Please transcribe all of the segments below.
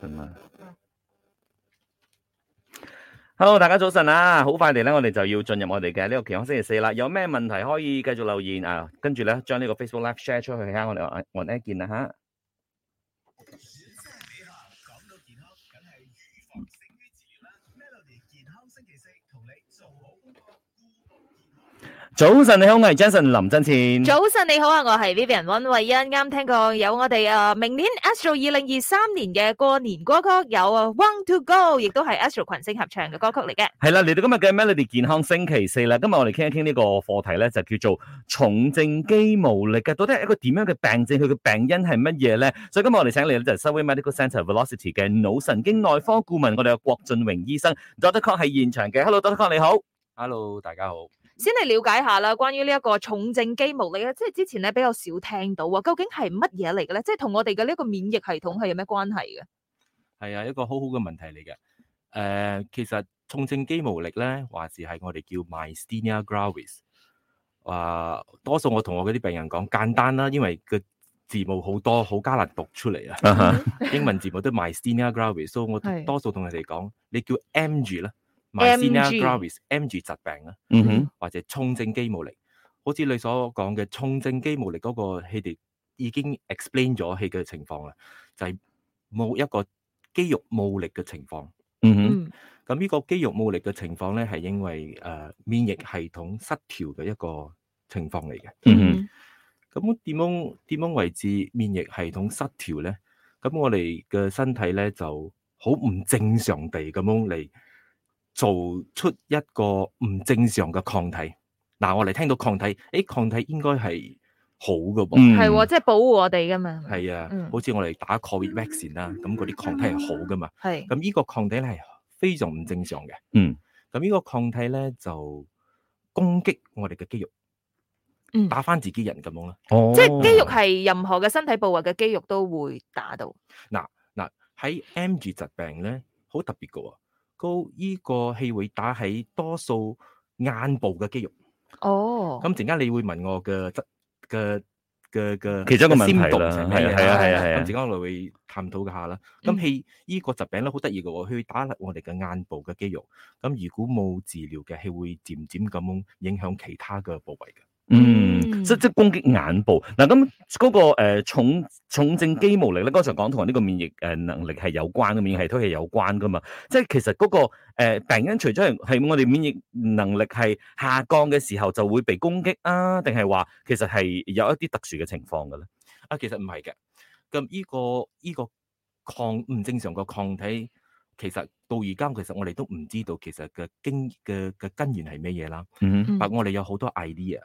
真啊！Hello，大家早晨啊！好快地咧，我哋就要進入我哋嘅呢個健康星期四啦。有咩問題可以繼續留言啊？跟住咧，將呢個 Facebook Live share 出去啊！我哋我呢見啦吓。早晨，你好，我係 Jason 林振前。早晨你好啊，我係 Vivian 溫慧欣，啱聽過有我哋啊明年 Astro 二零二三年嘅過年歌曲有啊 One to Go，亦都係 Astro 群星合唱嘅歌曲嚟嘅。係啦，嚟到今日嘅 Melody 健康星期四啦。今日我哋傾一傾呢個課題咧，就叫做重症肌無力嘅，到底係一個點樣嘅病症？佢嘅病因係乜嘢咧？所以今日我哋請嚟咧就係 Subway Medical Centre Velocity 嘅腦神經內科顧問，我哋嘅郭俊榮醫生 Doctor Kong 係現場嘅。Hello，Doctor Kong 你好。 Hello，大家好。先嚟了解下啦，關於呢一個重症肌無力咧，即係之前咧比較少聽到啊，究竟係乜嘢嚟嘅咧？即係同我哋嘅呢一個免疫系統係有咩關係嘅？係啊，一個好好嘅問題嚟嘅。誒、呃，其實重症肌無力咧，話是係我哋叫 myasthenia gravis。啊、呃，多數我同我嗰啲病人講簡單啦，因為個字母好多，好艱難讀出 嚟啊。Uh huh. 英文字母都 myasthenia gravis，所以我多數同佢哋講，你叫 MG 啦。myasthenia gravis MG 疾病啦，嗯哼，或者重症肌無力，好似你所講嘅重症肌無力嗰個，佢哋已經 explain 咗佢嘅情況啦，就係冇一個肌肉冇力嘅情況，嗯哼，咁呢個肌肉冇力嘅情況咧，係因為誒免疫系統失調嘅一個情況嚟嘅，嗯哼，咁點樣點樣為之免疫系統失調咧？咁我哋嘅身體咧就好唔正常地咁樣嚟。做出一個唔正常嘅抗體，嗱、啊、我哋聽到抗體，誒抗體應該係好嘅噃，係喎、嗯，即係保護我哋噶嘛。係啊，嗯、好似我哋打 Covid vaccine 啦，咁嗰啲抗體係好噶嘛。係，咁呢個抗體咧係非常唔正常嘅。嗯，咁呢個抗體咧就攻擊我哋嘅肌肉，嗯、打返自己人咁樣啦。哦，即係肌肉係任何嘅身體部位嘅肌肉都會打到。嗱嗱喺 MG 疾病咧，好特別嘅喎。高依個氣會打喺多數眼部嘅肌肉。哦。咁陣間你會問我嘅質嘅嘅嘅其中一個問題啦，係啊係啊係啊。嗯咁陣間我哋會探討下啦。咁氣依個疾病咧好得意嘅喎，佢打我哋嘅眼部嘅肌肉。咁如果冇治療嘅，係會漸漸咁影響其他嘅部位嘅。嗯，即即攻擊眼部嗱，咁嗰個誒重重症肌無力咧，剛才講同呢個免疫誒能力係有關嘅，免疫系統係有關噶嘛。即係其實嗰個誒病因，除咗係係我哋免疫能力係下降嘅時候就會被攻擊啊，定係話其實係有一啲特殊嘅情況嘅咧？啊，其實唔係嘅。咁呢個呢個抗唔正常個抗體，其實到而家其實我哋都唔知道其實嘅經嘅嘅根源係咩嘢啦。嗯、 mm，hmm. 但我哋有好多 idea，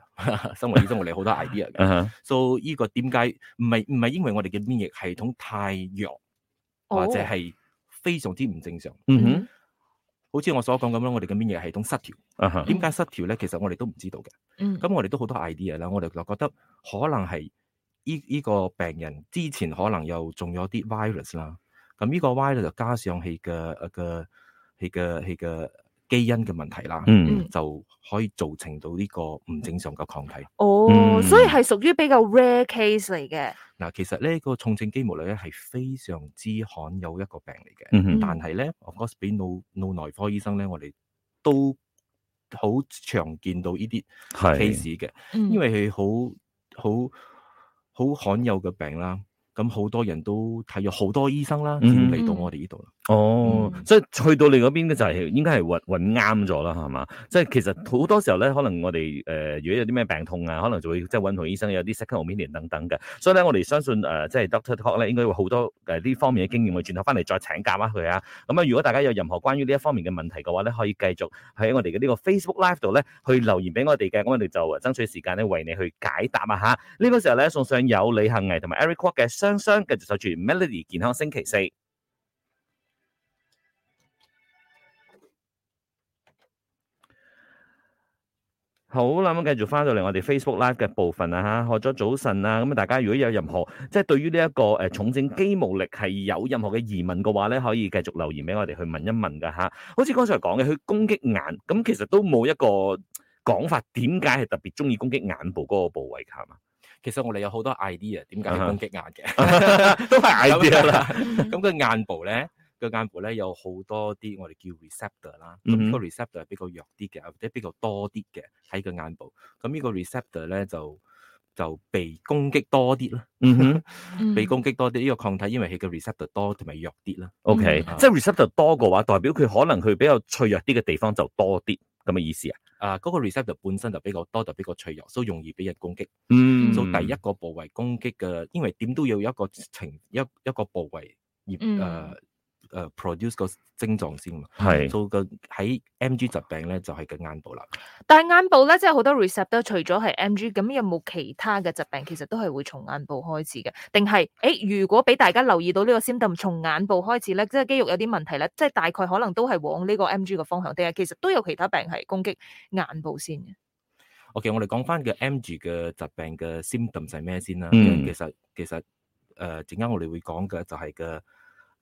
身 為醫生我 哋好多 idea 嗯嘅。所以呢個點解唔係唔係因為我哋嘅免疫系統太弱，oh. 或者係非常之唔正常。哦嗯哼、mm，hmm. 好似我所講咁樣，我哋嘅免疫系統失嗯調。點解、uh huh. 失調咧？其實我哋都唔知道嘅。嗯、mm，咁、hmm. 我哋都好多 idea 啦。我哋就覺得可能係呢呢個病人之前可能又中咗啲 virus 啦。咁呢個 Y 咧就加上佢嘅呃嘅佢嘅佢嘅基因嘅問題啦，嗯、就可以造成到呢個唔正常嘅抗體。哦，嗯、所以係屬於比較 rare case 嚟嘅。嗱，其實呢個重症肌無力咧係非常之罕有一個病嚟嘅，嗯、但係咧，我嗰時俾腦腦內科醫生咧，我哋都好常見到呢啲 case 嘅，嗯嗯因為佢好好好罕有嘅病啦。咁好多人都睇咗好多醫生啦，先嚟到我哋呢度啦。哦，所以去到你嗰邊咧就係應該係揾揾啱咗啦，係嘛？即係其實好多時候咧，可能我哋誒、呃、如果有啲咩病痛啊，可能就會即係揾同醫生有啲 second opinion 等等嘅。所以咧，我哋相信誒、呃、即係 Doctor Talk 咧應該會好多誒呢、呃、方面嘅經驗，我轉頭翻嚟再請教下佢啊。咁、嗯、啊，如果大家有任何關於呢一方面嘅問題嘅話咧，可以繼續喺我哋嘅呢個 Facebook Live 度咧去留言俾我哋嘅，我哋就爭取時間咧為你去解答啊嚇。呢、這個時候咧送上有李幸倪同埋 Eric Kwok 嘅。雙雙繼續守住 Melody 健康星期四。好啦，咁繼續翻到嚟我哋 Facebook Live 嘅部分啊嚇，學咗早晨啊，咁大家如果有任何即係對於呢一個誒重症肌無力係有任何嘅疑問嘅話咧，可以繼續留言俾我哋去問一問噶嚇。好似剛才講嘅，佢攻擊眼，咁其實都冇一個講法，點解係特別中意攻擊眼部嗰個部位㗎係嘛？其實我哋有好多 idea 點解啊哈攻擊眼 嘅。 都系 idea 啦。咁個眼部咧，個眼部咧有好多啲我哋叫 receptor 啦。咁、嗯哼個 receptor 係比較弱啲嘅，或者比較多啲嘅喺個眼部。咁呢個 receptor 咧就就被攻擊多啲啦，嗯哼 被攻擊多啲。呢、個抗體因為佢嘅 receptor 多同埋弱啲啦。 ，OK，嗯即系 receptor 多嘅话，代表佢可能佢比较脆弱啲嘅地方就多啲咁嘅意思啊。啊，嗰、個 receptor 本身就比較多，就比較脆弱，所以容易俾人攻擊。嗯做第一個部位攻擊嘅，因為點都要有一個情一一個部位而嗯誒誒 produce 個症狀先嘛。系做個喺 MG 疾病咧就係個眼部啦。但系眼部咧，即係好多 receptor，除咗係 MG，咁有冇其他嘅疾病其實都係會從眼部開始嘅？定係诶，如果俾大家留意到呢個 symptom 從眼部開始咧，即係肌肉有啲問題咧，即係大概可能都係往呢個 MG 嘅方向，定係其實都有其他病係攻擊眼部先嘅？ OK，我哋講翻嘅 MG 嘅疾病嘅 symptom 係咩先啦？嗯因為其實其實誒陣間我哋會講嘅就係嘅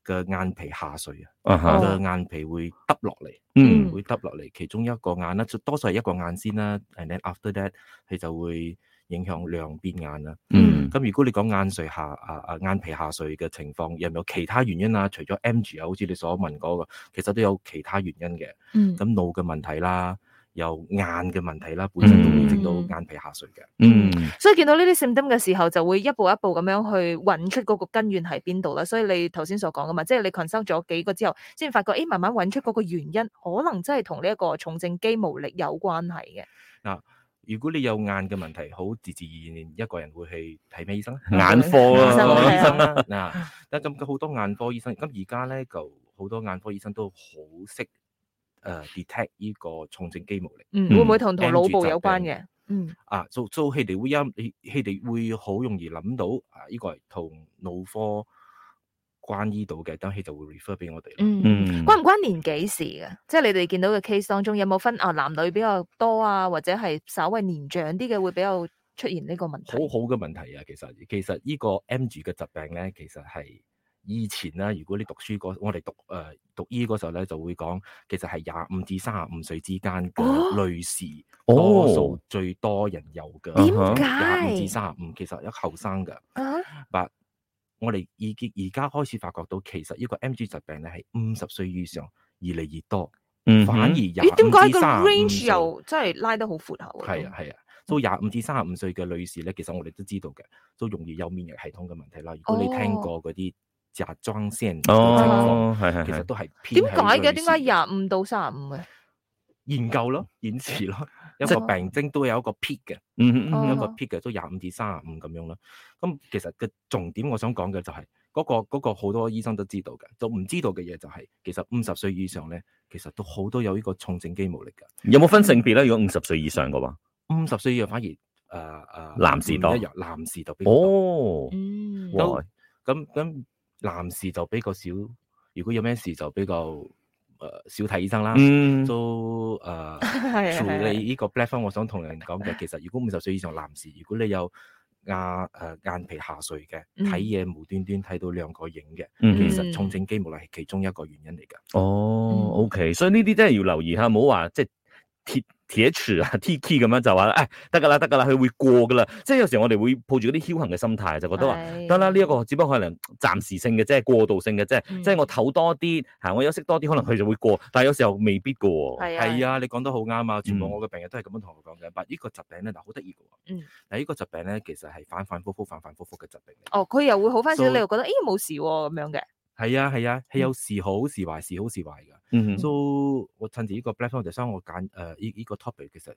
嘅眼皮下垂啊，啊個、吓，眼皮會耷落嚟。嗯會耷落嚟，其中一個眼啦，多數係一個眼先啦，and then after that 佢就會影響兩邊眼啦。嗯咁如果你講眼垂下啊啊眼皮下垂嘅情況，有冇其他原因啊？除咗 MG 啊，好似你所問嗰、個，其實都有其他原因嘅。嗯咁腦嘅問題啦，有眼嘅問題啦，本身都會整到嗯眼皮下垂嘅。嗯所以見到呢啲 symptom 嘅時候，就會一步一步咁樣去揾出嗰個根源喺邊度啦。所以你頭先所講噶嘛，即係你 consult 咗幾個之後，先發覺，誒、慢慢揾出嗰個原因，可能真係同呢一個重症肌無力有關係嘅。如果你有眼嘅問題，好自自然然一個人會去睇咩醫生啊？ 眼科醫生啦係啊，眼科醫生啦， 嗱，但咁好多眼科醫生，咁而家咧就好多眼科醫生都好識誒 detect 呢個重症肌無力嗯，嗯會唔會同同 MG 腦部疾有關病嘅？嗯啊，所所以佢哋會因佢哋會好容易諗到啊，呢個係同腦科關醫到嘅，等佢就會 refer 俾我哋啦。嗯。嗯關唔關年紀事嘅？即係你哋見到嘅 case 當中，有冇分啊男女比較多啊，或者係稍微年長啲嘅會比較出現呢個問好題？好嘅問題啊，其實其實呢個 MG 嘅疾病咧，其實係以前啦，如果你讀書嗰我哋讀誒、呃、讀醫嗰時候咧，就會講其實係廿五至三十五歲之間哦嘅女士，多哦啊數，最多人有嘅。點廿五至解三十五，其實一後生嘅，啊？但我哋已經而家開始發覺到，其實呢個 MG 疾病咧係五十歲以上越嚟越多，嗯反而哼廿咦？點五解至個三十五 range 歲又真係拉得好闊口啊？係啊係啊，所以廿五至三十五歲嘅女士咧，其實我哋都知道嘅，都容易有免疫系統嘅問題啦。如果你聽哦過嗰啲甲狀腺嘅情況，哦，系系其實系，都係點偏解向嘅？女點士解廿五到三十五嘅？研究咯、顯示咯，一即個病徵都有一個 peak 嘅，嗯哦嗯一個 peak 嘅都廿五至三十五咁樣啦。咁其實嘅重點，我想講嘅就係、嗰、個嗰個好多醫生都知道嘅，就唔知道嘅嘢就係、其實五十歲以上咧，其實都好多有呢個重症肌無力嘅。嗯有冇分性別咧？如果五十歲以上嘅話，五十歲以上反而誒誒、呃呃男士唔一多樣男士就比較多哦，嗯都哇，咁咁男士就比較少，如果有咩事就比較誒、呃少睇醫生啦。嗯，都呃誒 係處係理呢個 platform，我想同人講嘅，其實如果五十歲以上男士，如果你有眼誒、呃眼皮下垂嘅，嗯睇嘢無端端睇到兩個影嘅，嗯其實重症肌無力係其中一個原因嚟嘅。哦，OK，所以呢啲真係要留意下，唔好話即係鐵鐵柱啊、 鐵 key 咁樣就話，誒得㗎啦，得㗎啦，佢會過㗎啦。即係有時我哋會抱住嗰啲僥倖嘅心態，就覺得話係得啦，啊呢一個只不過可能暫時性嘅，即係過渡性嘅啫。嗯即係我唞多啲，嚇我休息多啲，可能佢就會過，但係有時候未必㗎喎。係啊係啊，你講得好啱啊！全部嗯我嘅病人都係咁樣同我講嘅，但呢個疾病咧嗱好得意嘅喎。嗯。嗱呢個疾病咧其實係反反覆覆、反反覆覆嘅疾病嚟。哦，佢又會好翻少少， So- 你又覺得咦冇事喎咁樣嘅。係啊係嗯啊，係有時好時壞，時好時壞㗎。嗯哼， So 我趁住呢個 platform 就想我揀誒依依個 topic，其實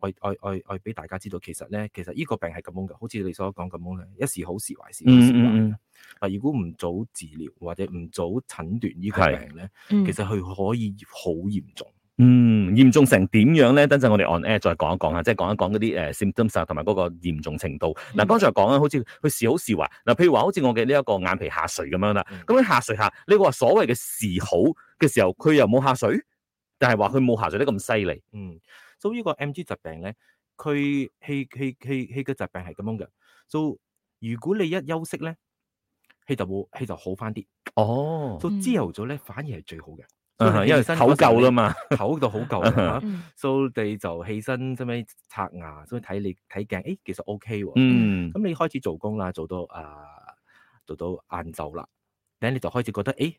我我我我俾大家知道，其實咧其實呢個病係咁樣嘅，好似你所講咁樣咧，一時好時壞，時好時壞。嗯嗯嗯但如果唔早治療或者唔早診斷呢個係病咧，嗯其實佢可以好嚴重。嗯，嚴重成點樣咧？等陣我哋 on air 再講一講啊，即係講一講嗰啲誒 symptoms 啊，同埋嗰個嚴重程度。嗱、嗯剛才講啊，好似佢時好時壞。嗱，譬如話好似我嘅呢一個眼皮下垂咁樣啦嗯，咁佢下垂下，你話所謂嘅時好嘅時候，佢又冇下垂，但係話佢冇下垂得咁犀利。嗯，所以呢個 MG 疾病咧，佢佢佢佢佢嘅疾病係咁樣嘅。所以如果你一休息咧，佢就冇佢就好翻啲。哦，到嗯朝頭早咧，反而係最好嘅。所以佢啊因為起身嗰時候唞夠啦嘛，你，唞到好 夠啦嗯，所以你就起身，使咪刷牙，所以睇你睇鏡，誒其實 OK 喎。嗯咁你開始做工啦，做到啊、做到晏晝啦，咁你就開始覺得，誒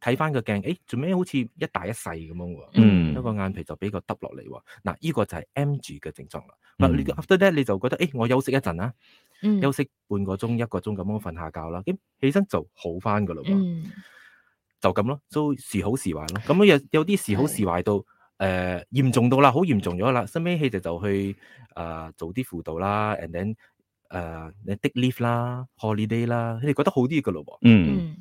睇翻個鏡，誒做咩好似一大一細咁樣喎？嗯一個眼皮就比較耷落嚟喎。嗱，呢個就係 M 住嘅症狀啦。嗯嗱、你 after that 你就覺得，誒我休息一陣啦，嗯休息半個鐘一個鐘咁樣瞓下覺啦，咁起身就好翻噶啦喎。嗯就咁咯，都時好時壞咯。咁有有啲時好時壞到誒、呃、嚴重到啦，好嚴重咗啦。後尾佢哋就去誒、呃做啲輔導啦，and then 誒你 take leave 啦，holiday 啦，佢哋覺得好啲嘅咯喎。嗯嗯，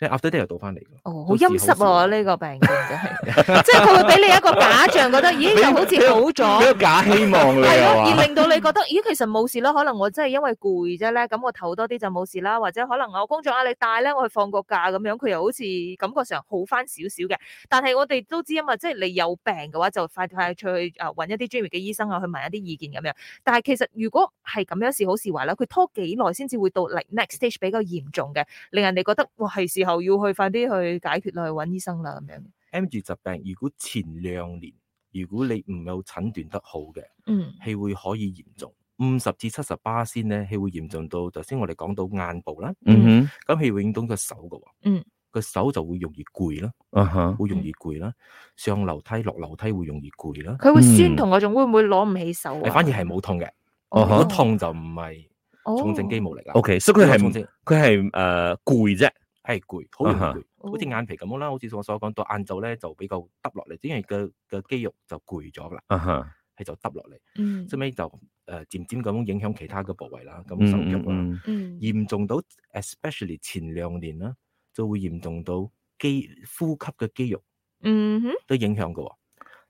即係 after day 又倒翻嚟㗎哦，好到時陰濕好喎呢個病症真係，即係佢會俾你一個假象，覺得咦又好似好咗俾。個假希望你系咯，啊而嘛，令到你覺得，咦，其實冇事啦，可能我真係因為攰啫咧，咁我唞多啲就冇事啦，或者可能我工作壓力大咧，我去放個假咁樣，佢又好似感覺上好翻少少嘅。但係我哋都知啊嘛，即係你有病嘅話，就快快去誒揾一啲專業嘅醫生啊，去問一啲意見咁樣。但係其實如果係咁樣是好是壞啦，佢拖幾耐先至會到嚟 next stage 比較嚴重嘅，令人哋覺得哇係時候要去快啲去解決啦，去揾醫生啦咁樣。 M 住疾病如果前兩年如果你唔有診斷得好嘅，嗯係會可以嚴重。五十至七十巴仙咧，係會嚴重到頭先我哋講到眼部啦，嗯咁係會影響個手嘅喎。嗯，個手就會容易攰啦。哼，啊哈，好容易攰啦，上樓梯落樓梯會容易攰啦，佢會酸嗯痛嗰種，會唔會攞唔起手啊誒反而係冇痛嘅，哦如哈果痛就唔係重症肌哦無力啦。 ，OK，所以佢如果重係症佢係誒攰啫，係攰，好容易啊哈攰，哦好似眼皮咁啦，好似我所講到晏晝咧就比較耷落嚟，因為個個肌肉就攰咗啦，啊哈，係就耷落嚟，嗯最尾就誒漸漸咁影響其他嘅部位啦，咁嗯手腳啊嗯啦，嗯，嗯嚴重到 especially 前兩年啦，就會嚴重到肌呼吸嘅肌肉嗯哼，都影響嘅喎，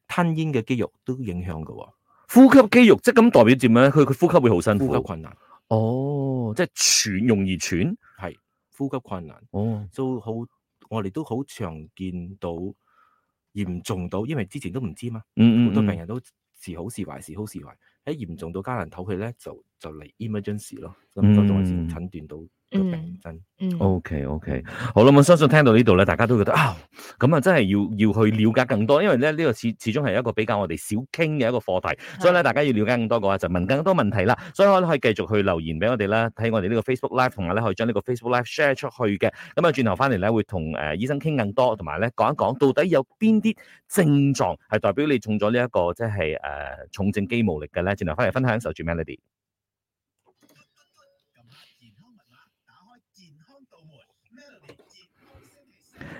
吞咽嘅肌肉都影響嘅喎。呼吸肌肉即係咁代表點咧？佢佢呼吸會好辛呼吸苦，困難，哦，即係喘，容易喘，係呼吸困難，哦，都好，我哋都好常見到嚴重到，因為之前都唔知嘛，嗯好嗯，多病嗯人都時好時壞，時好時壞，喺嚴重到加難唞氣咧，就就嚟 emergency 咯，咁嗯嗰種先診斷到個病真。嗯 O K O K，好啦，我相信聽到呢度咧，大家都覺得啊，咁啊真係要要去了解更多，因為咧呢個始始終係一個比較我哋少傾嘅一個課題，啊所以咧大家要了解更多嘅話，就問更多問題啦。所以我哋可以繼續去留言俾我哋啦，睇我哋呢個 Facebook Live，同埋咧可以將呢個 Facebook Live share 出去嘅。咁啊轉頭翻嚟咧會同誒、呃、醫生傾更多，同埋咧講一講到底有邊啲症狀係代表你中咗呢一個即係誒重症肌無力嘅咧。轉頭翻嚟分享守住 Melody。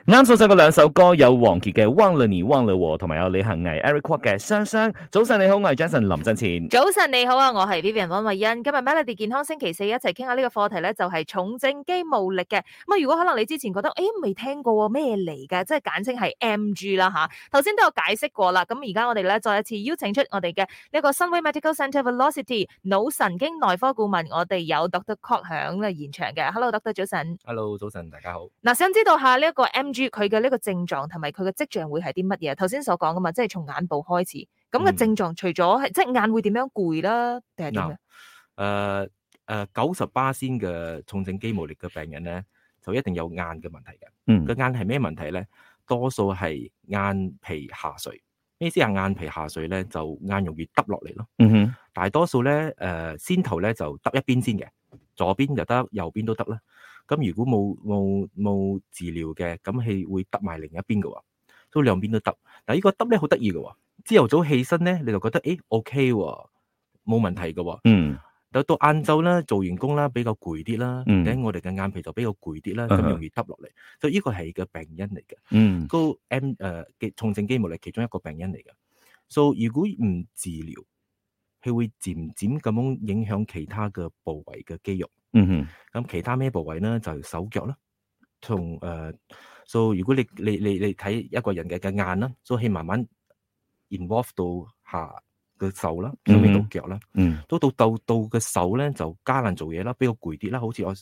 啱送上嗰兩首歌有王傑嘅《忘了你忘了我》，同埋有李恒毅 Eric Kwok 嘅《雙雙》。早晨你好，我係 Jason 林振前。早晨你好啊，我係 Vivian 温慧欣。今日 Melody 健康星期四一齊傾下呢個課題咧，就係、重症肌無力嘅。咁啊，如果可能你之前覺得誒未聽過喎咩嚟㗎，即係簡稱係 MG 啦吓，頭先都有解釋過啦。咁而家我哋咧再一次邀請出我哋嘅呢個新威 Medical Centre Velocity 腦神經內科顧問，我哋有 Dr. Cock 響嘅現場嘅。Hello，Dr. 早晨。 Hello，早晨，大家好。嗱，想知道下呢一個 MG 佢嘅呢個症狀同埋佢嘅跡象會係啲乜嘢？頭先所講噶嘛，即係從眼部開始。咁嘅嗯症狀除咗係即係眼會點樣攰啦，定係點樣？誒誒，呃九十巴仙嘅重症肌無力嘅病人咧，就一定有眼嘅問題嘅。嗯個眼係咩問題咧？多數係眼皮下垂。咩意思啊係眼皮下垂咧？就眼容易耷落嚟咯。嗯哼，大多數咧誒、呃先頭咧就得一邊先嘅，左邊又得，右邊都得啦。咁如果冇冇冇治療嘅，咁係會得埋另一邊嘅喎，所以兩邊都得。但係呢個得咧好得意嘅喎，朝頭早起身咧你就覺得誒 OK 喎，冇問題嘅喎。嗯到到晏晝啦，做完工啦，比較攰啲啦，嗯頂、我哋嘅眼皮就比較攰啲啦，嗯咁哼容易耷落嚟，所以呢個係個病因嚟嘅。嗯高 M 誒、嘅重症肌無力其中一個病因嚟嘅。所、以如果唔治療，佢會漸漸咁樣影響其他嘅部位嘅肌肉。嗯哼，咁其他咩部位咧？就係手腳啦，同誒。所、以如果你你你你睇一個人嘅嘅眼啦，所以佢慢慢 involve 到下嘅手啦，後尾到嗯腳啦，嗯都到到到嘅手咧就加難做嘢啦，比較攰啲啦，好似我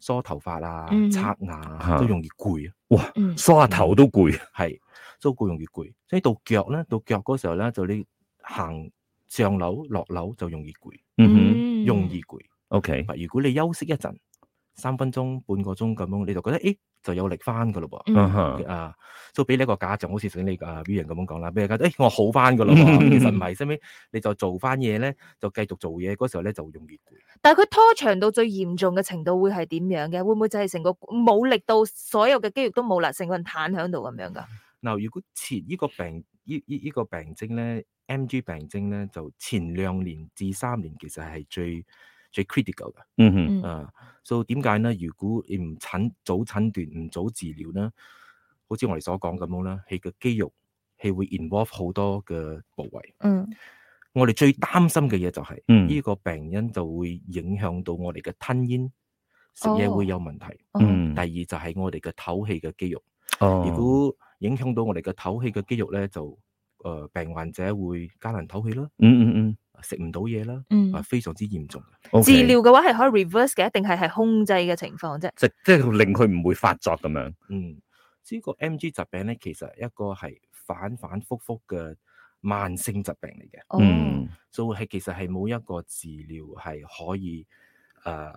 梳頭髮啊嗯、刷牙啊都嚇容易攰啊。嗯梳下頭都攰。係，所以攰容易攰。所以到腳咧，到腳嗰時候咧，就你行上樓落樓就容易攰，嗯哼容易攰。 ，OK，但如果你休息一陣，三分鐘、半個鐘咁樣，你就覺得誒就有力翻噶咯嗯噃。嗯哼啊，所以俾你一個假象，好似頭先你啊 Vivian 咁樣講啦，俾 你覺得，誒、我好翻噶啦喎，其實唔係，後尾你就做翻嘢咧，就繼續做嘢，嗰時候咧就容易攰。但系佢拖長到最嚴重嘅程度會係點樣嘅？會唔會就係成個冇力到所有嘅肌肉都冇啦，成個人攤喺度咁樣噶？嗱，如果前呢個病呢呢呢個病徵咧，MG 病徵咧，就前兩年至三年其實係最最 critical 嘅。嗯哼，嗯啊，所以點解咧？如果你唔診早診斷、唔早治療咧，好似我哋所講咁樣啦，佢嘅肌肉係會 involve 好多嘅部位。嗯我哋最擔心嘅嘢就係、嗯呢個病因就會影響到我哋嘅吞咽，食嘢會有問題。哦嗯，第二就係我哋嘅唞氣嘅肌肉，哦如果影響到我哋嘅唞氣嘅肌肉咧，就誒、呃病患者會艱難唞氣啦，嗯嗯嗯食唔到嘢啦，嗯啊非常之嚴重。 ，OK，治療嘅話係可以 reverse 嘅，定係係控制嘅情況啫？即即係令佢唔會發作咁樣。嗯，呢個 MG 疾病咧，其實一個係反反覆覆嘅慢性疾病嚟嘅，哦，嗯所以係其實係冇一個治療係可以誒、呃、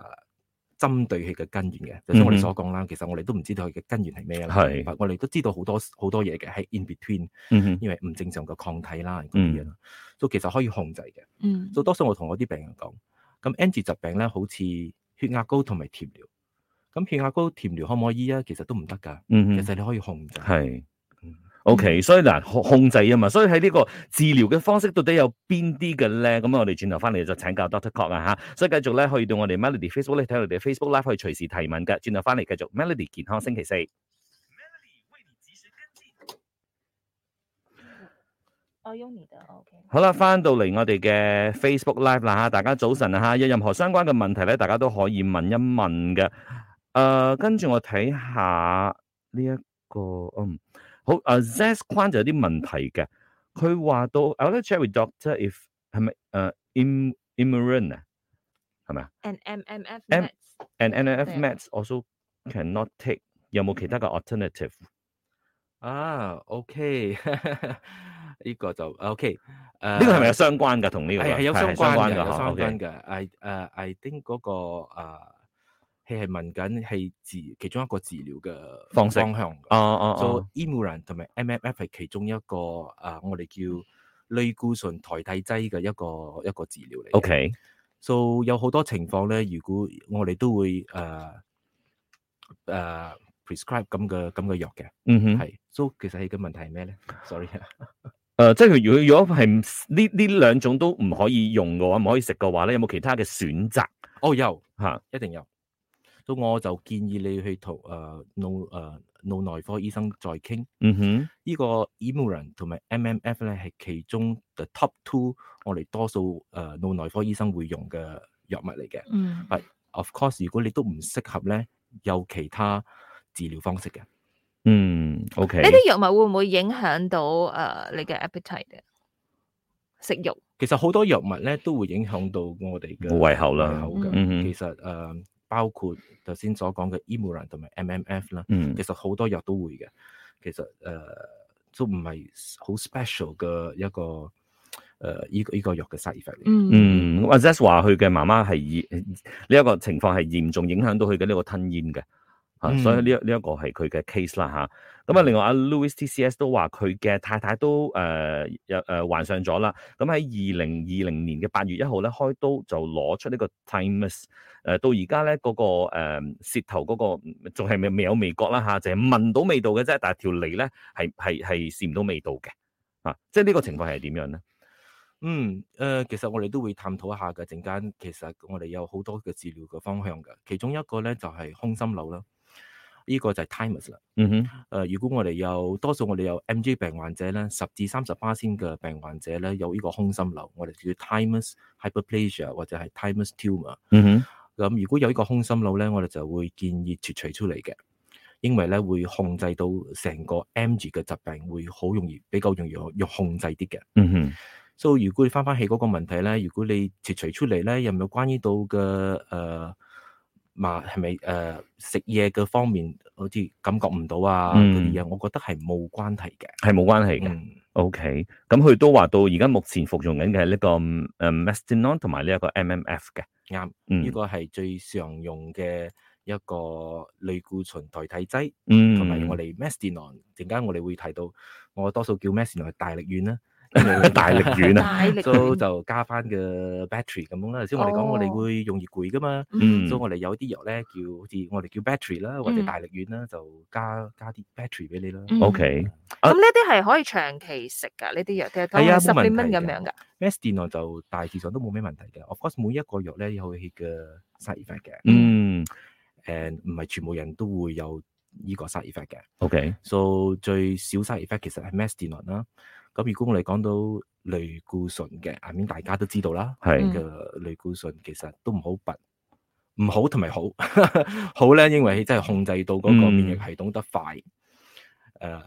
針對佢嘅根源嘅。就像我嗯哼哋所講啦，其實我哋都唔知道佢嘅根源係咩啦。啊係我哋都知道好多好多嘢嘅，係 in between，嗯哼，因為唔正常嘅抗體啦嗰啲嘢啦，嗯所以其實可以控制嘅。嗯所以多數我同我啲病人講，咁 NG 疾病咧，好似血壓高同埋甜療。咁血壓高甜療可唔可以醫啊？其實都唔得㗎。嗯其哼，實你可以控制。係嗯 OK，所以嗱控控制啊嘛，所以喺呢個治療嘅方式到底有邊啲嘅咧？咁我哋轉頭翻嚟就請教 Doctor Cock 啊吓，所以繼續咧去到我哋 Melody Facebook 咧睇我哋 Facebook Live 可以隨時提問嘅。轉頭翻嚟繼續 Melody 健康星期四。我用哦你的 OK。好啦，翻到嚟我哋嘅 Facebook Live 啦吓，大家早晨啊吓，有任何相關嘅問題咧，大家都可以問一問嘅。诶、跟住我睇下呢一個，嗯，好，诶、z e s Quan 就有啲問題嘅，佢話到，I want to check with doctor if 係咪诶 im imurin 啊，係咪啊 And MMF M- meds ？And NF 係 meds also cannot take，有冇其他 Mm。嘅 alternative？啊，OK，呢個就 OK。誒呢個係咪有相關㗎？同呢個係係有係相係關關嘅，有嚇相 OK 關嘅。I 誒 I think 嗰個誒係係問緊係治其中一個治療嘅方式方向嘅。哦哦所哦，以 Emuran 同埋 MMF 係其中一個誒，我哋叫類固醇代替劑嘅一個一個治療嚟嘅。 ，OK， So 有好多情況咧，如果我哋都會誒誒、呃 prescribe 咁嘅咁嘅藥嘅，嗯哼。係。So 其實你嘅問題係咩咧？Sorry 啊。诶、呃即係如果如果系呢呢兩種都唔可以用嘅話，唔可以食嘅話咧，有冇其他嘅選擇哦，有吓？一定有。So 我就建議你去同呃誒腦誒腦內科醫生再傾。嗯哼，呢個 Emuran 同埋 MMF 咧係其中 the top two，我哋多數誒腦內科醫生會用嘅藥物嚟嘅。嗯 Of course，如果你都唔適合咧，有其他治療方式嘅。嗯，OK，呢啲藥物會唔會影響到诶、呃你嘅 appetite 啊食欲？其實好多藥物咧都會影響到我哋嘅冇胃口啦胃口嘅嗯其實誒、呃包括頭先所講嘅 Emuran 同埋 MMF 啦，嗯其實好多藥都會嘅。其實誒、呃都唔係好 special 嘅一個誒依、個依、個藥嘅 side effect 嚟嘅。嗯嗯，阿 Jess 話佢嘅媽媽係嚴呢一個情況係嚴重影響到佢嘅呢個吞咽嘅，吓、嗯所以呢一呢一個係佢嘅 case 啦吓。咁啊，另外阿 Louis TCS 都話佢嘅太太都誒有誒患上咗啦。咁喺二零二零年嘅八月一號咧開刀就攞出呢個 Timus，誒、到而家咧嗰個誒、呃舌頭嗰、個仲係未未有味覺啦吓，就係、聞到味道嘅啫，但係條脷咧係係係試唔到味道嘅。啊，即係呢個情況係點樣咧？嗯，誒、其實我哋都會探討一下嘅。陣間其實我哋有好多嘅治療嘅方向嘅，其中一個咧就係、空心瘤啦，呢、個就係 timus 啦。嗯哼，誒、呃如果我哋有多數我哋有 MG 病患者咧，十至三十巴仙嘅病患者咧有呢個空心瘤，我哋叫 timus hyperplasia 或者係 timus tumor。嗯哼。咁如果有呢個空心瘤咧，我哋就會建議切除出嚟嘅，因為咧會控制到成個 MG 嘅疾病會好容易比較容易要控制啲嘅。嗯哼，所以如果你翻翻起嗰個問題咧，如果你切除出嚟咧，有冇關於到嘅誒麻係咪誒食嘢嘅方面，好似感覺唔到啊嗰嗯啲嘢，我覺得係冇關係嘅。係冇關係嘅。嗯， OK，咁佢都話到而家目前服用緊嘅係呢個呃誒 m a s t i n o n 同埋呢一個 MMF 嘅。啱，嗯呢個係最常用嘅一個類固醇代替劑，嗯，同埋我哋哋 Mestinon，陣間我哋會提到，我多數叫 Mestinon 係大力丸啦， 大力丸 啊，大力都就加翻嘅 battery 咁樣啦。頭先我哋講哦我哋會用熱攰噶嘛，嗯所以我哋有啲藥咧叫好似我哋叫 battery 啦，或者嗯大力丸啦，就加加啲 battery 俾你啦。嗯 OK 咁呢啲係可以長期食㗎，呢啲藥嘅，啊係啊十冇問題幾蚊咁㗎樣㗎。 Mestinon 就大致上都冇咩問題嘅。Of course 每一個藥咧有佢嘅 side effect 嘅，嗯誒唔係全部人都會有呢個 side effect 嘅。 ，OK， so 最少 side effect 其實係 mestinon 啦。咁如果我哋講到類固醇嘅，下面大家都知道啦。係嗯嘅類固醇其實都唔好拔，唔好同埋好， 好咧，因為真係控制到嗰個免疫系統得快。誒、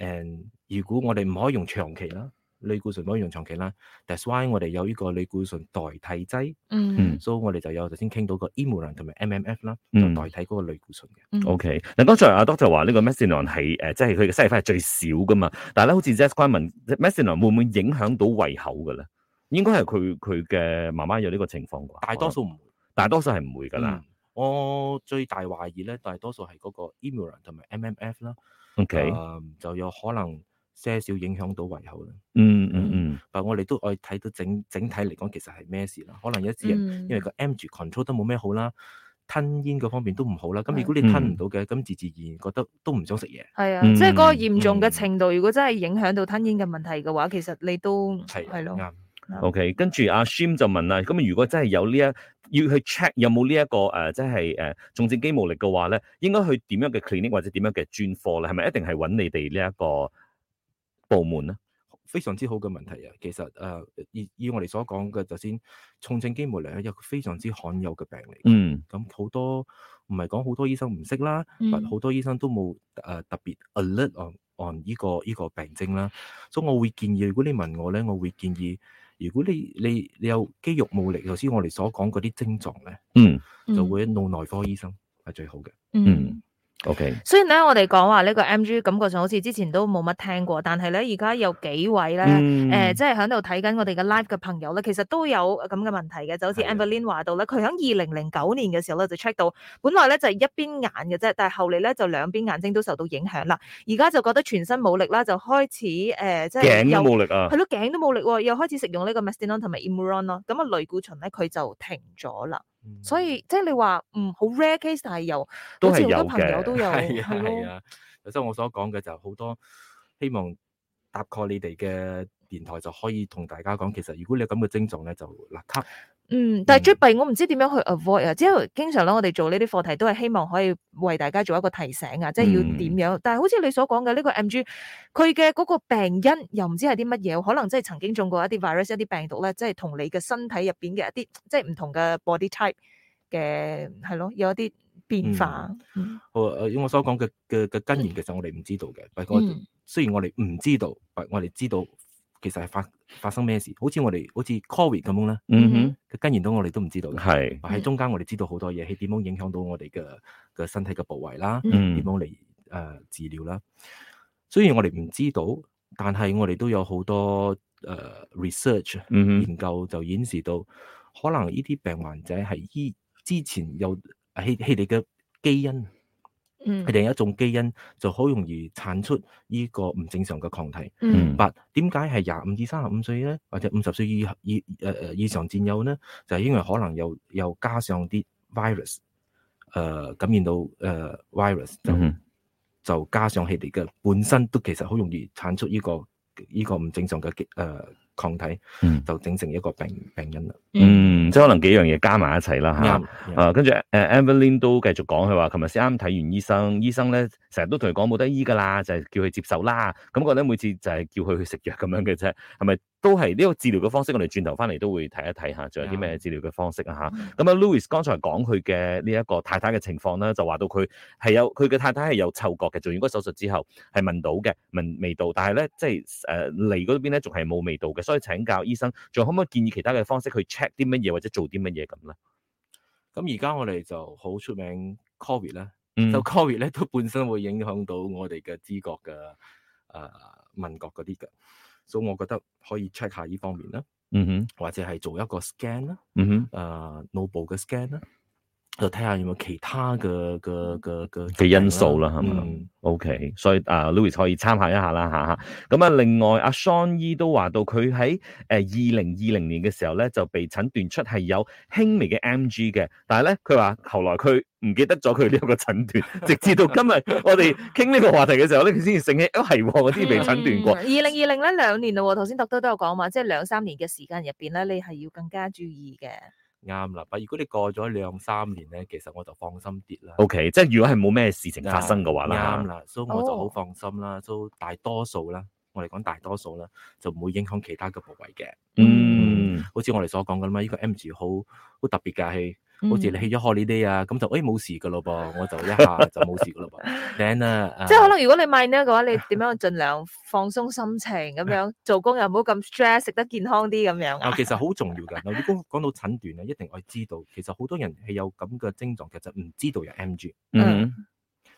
and 如果我哋唔可以用長期啦，類固醇唔可以用長期啦。That's why 我哋有呢個類固醇代替劑，嗯所以我哋就有頭先傾到個 e m u l a n 同埋 MMF 啦，就嗯代替嗰個類固醇嘅。嗯 O K，嗱剛才阿 Doctor 話呢個 methadone 係誒，呃即係佢嘅西費係最少噶嘛，但係咧好似 Jess 關問 methadone 會唔會影響到胃口嘅咧？應該係佢佢嘅媽媽有呢個情況啩，大多數唔會。大多數係唔會㗎啦。嗯我最大懷疑咧，大多數係嗰個 e m u r a n 同埋 MMF 啦。 O K，啊就有可能些少影響到胃口啦。嗯嗯嗯，但我哋都可以睇到整整體嚟講，其實係咩事啦？可能有一啲人嗯啊因為個 M G control 都冇咩好啦，吞煙嗰方面都唔好啦。咁係如果你吞唔到嘅，咁自自然然覺得都唔想食嘢。係啊，嗯即係嗰個嚴重嘅嗯程度，如果真係影響到吞咽嘅問題嘅話，其實你都係啊係咯，啱。 O K，跟住阿 Shim 就問啦，咁如果真係有呢一要去 check 有冇呢一個誒，即係誒重症肌無力嘅話咧，應該去點樣嘅 clinic 或者點樣嘅專科咧？係咪一定係揾你哋呢一個部門咧？非常之好嘅問題啊！其實誒、呃以以我哋所講嘅，就先重症肌無力係一個非常之罕有嘅病嚟。嗯咁好多唔係講好多醫生唔識啦，但嗯好多醫生都冇誒、呃特別 alert on on 呢、個呢、個病徵啦。所以我會建議，如果你問我咧，我會建議，如果你你你有肌肉冇力，頭先我哋所講嗰啲症狀咧，嗯就會腦內科醫生係最好嘅。嗯。，O K，雖然咧，我哋講話呢個 M G 感覺上好似之前都冇乜聽過，但係咧而家有幾位咧。誒、誒即係喺度睇緊我哋嘅 live 嘅朋友咧，其實都有呃咁嘅問題嘅，就好似係啊 Amberlin 話到咧，佢喺二零零九年嘅時候咧就 check 到，本來咧就係一邊眼嘅啫，但係後嚟咧就兩邊眼睛都受到影響啦，而家就覺得全身冇力啦，就開始誒、呃即係頸又都冇力啊係。咯，頸都冇力喎，又開始食用呢個 Mestinon 同埋 Imuron 咯，咁啊類固醇咧佢就停咗啦，嗯所 以即係你話嗯好 rare case，但係又都好似係有好多朋友嘅 都有係啊係咯，啊，頭先我所講嘅就好多希望搭蓋你哋嘅電台就可以同大家講，其實如果你有咁嘅症狀咧，就立刻。嗯，但係最嗯弊我唔知點樣去 avoid 啊，即係經常咧我哋做呢啲課題都係希望可以為大家做一個提醒啊，即係要點樣，但係好似你所講嘅呢個 MG，佢嘅嗰個病因又唔知係啲乜嘢，可能即係曾經中過一啲 virus 一啲病毒咧，即係同你嘅身體入邊嘅一啲即係唔同嘅 body type 嘅係咯，有一啲變化，嗯好誒，因為我所講嘅嘅嘅根源其實我哋唔知道嘅，但係我嗯雖然我哋唔知道，但我哋知道其實係發發生咩事，好似我哋好似 Covid 咁樣啦，嗯嘅根源都我哋都唔知道哼，嘅。係，但喺中間我哋知道好多嘢，係點樣影響到我哋嘅嘅身體嘅部位啦，點嗯樣嚟誒、呃治療啦。雖然我哋唔知道，但係我哋都有好多誒、呃 research 嗯哼，研究就顯示到，可能呢啲病患者係依之前有係係哋嘅基因。嗯佢哋有一種基因就好容易產出呢個唔正常嘅抗體。嗯但點解係廿五至三十五歲咧，或者五十歲以以誒誒以上佔有咧？就係、因為可能又又加上啲 virus，誒、感染到誒、呃 virus 就、嗯哼就加上佢哋嘅本身都其實好容易產出呢、個呢、個唔正常嘅誒、呃抗體，嗯就整成一個病病因啦。嗯，即係可能幾樣嘢加埋一齊啦吓。啱、啊，跟住誒 Evelyn 都繼續講，佢話琴日先啱睇完醫生，醫生咧成日都同佢講冇得醫㗎啦，就係、叫佢接受啦。咁覺得每次就係叫佢去食藥咁樣嘅啫，係咪都係呢個治療嘅方式？我哋轉頭翻嚟都會睇一睇下，仲有啲咩治療嘅方式啊吓。咁啊，Louis 剛才講佢嘅呢一個太太嘅情況咧，就話到佢係有佢嘅太太係有嗅覺嘅，做完嗰個手術之後係聞到嘅聞味道，但係咧即係誒嚟嗰邊咧仲係冇味道嘅，所以請教醫生，仲可唔可以建議其他嘅方式去 check 啲乜嘢或者做啲乜嘢咁咧？咁而家我哋就好出名 Covid 啦。嗯就 Covid 咧都本身會影響到我哋嘅知覺嘅誒、呃、敏覺嗰啲嘅，所以我覺得可以 check 下呢方面啦，嗯哼或者係做一個 scan 啦，嗯哼。誒、腦部嘅 scan 啦，就睇下有冇其他嘅嘅嘅嘅嘅因素啦係嘛嗯 OK，所以啊，Louis 可以參考一下啦嚇嚇。咁啊，另外阿 Sean 姨都話到佢喺誒呃二零二零年嘅時候咧，就被診斷出係有輕微嘅 MG 嘅，但係咧佢話後來佢唔記得咗佢呢一個診斷， 直至到今日我哋傾呢個話題嘅時候咧，佢先至醒起，哦係喎，我 嗯之前被診斷過。嗯二零二零咧兩年咯喎，頭先特都都有講嘛，即係兩三年嘅時間入邊咧，你係要更加注意嘅。啱啦。但如果你過咗兩三年咧，其實我就放心啲啦。 OK，即係如果係冇咩事情發生嘅話啦啱。啦，所以我就好哦放心啦。所以大多數啦，我哋講大多數啦，就唔會影響其他嘅部位嘅。嗯，好似我哋所講嘅啦嘛，呢、個 M 字好好特別㗎，係好似嗯你去咗 holiday 啊，咁就誒冇、事㗎咯噃，我就一下就冇事㗎咯噃。Then 啊，即係可能如果你買呢嘅話，你點樣盡量放鬆心情咁樣，做工又唔好咁 stress，食得健康啲咁樣啊，啊。其實好重要㗎。嗱，如果講到診斷啊咧，一定我知道，其實好多人係有咁嘅症狀，其實唔知道有 M G。嗯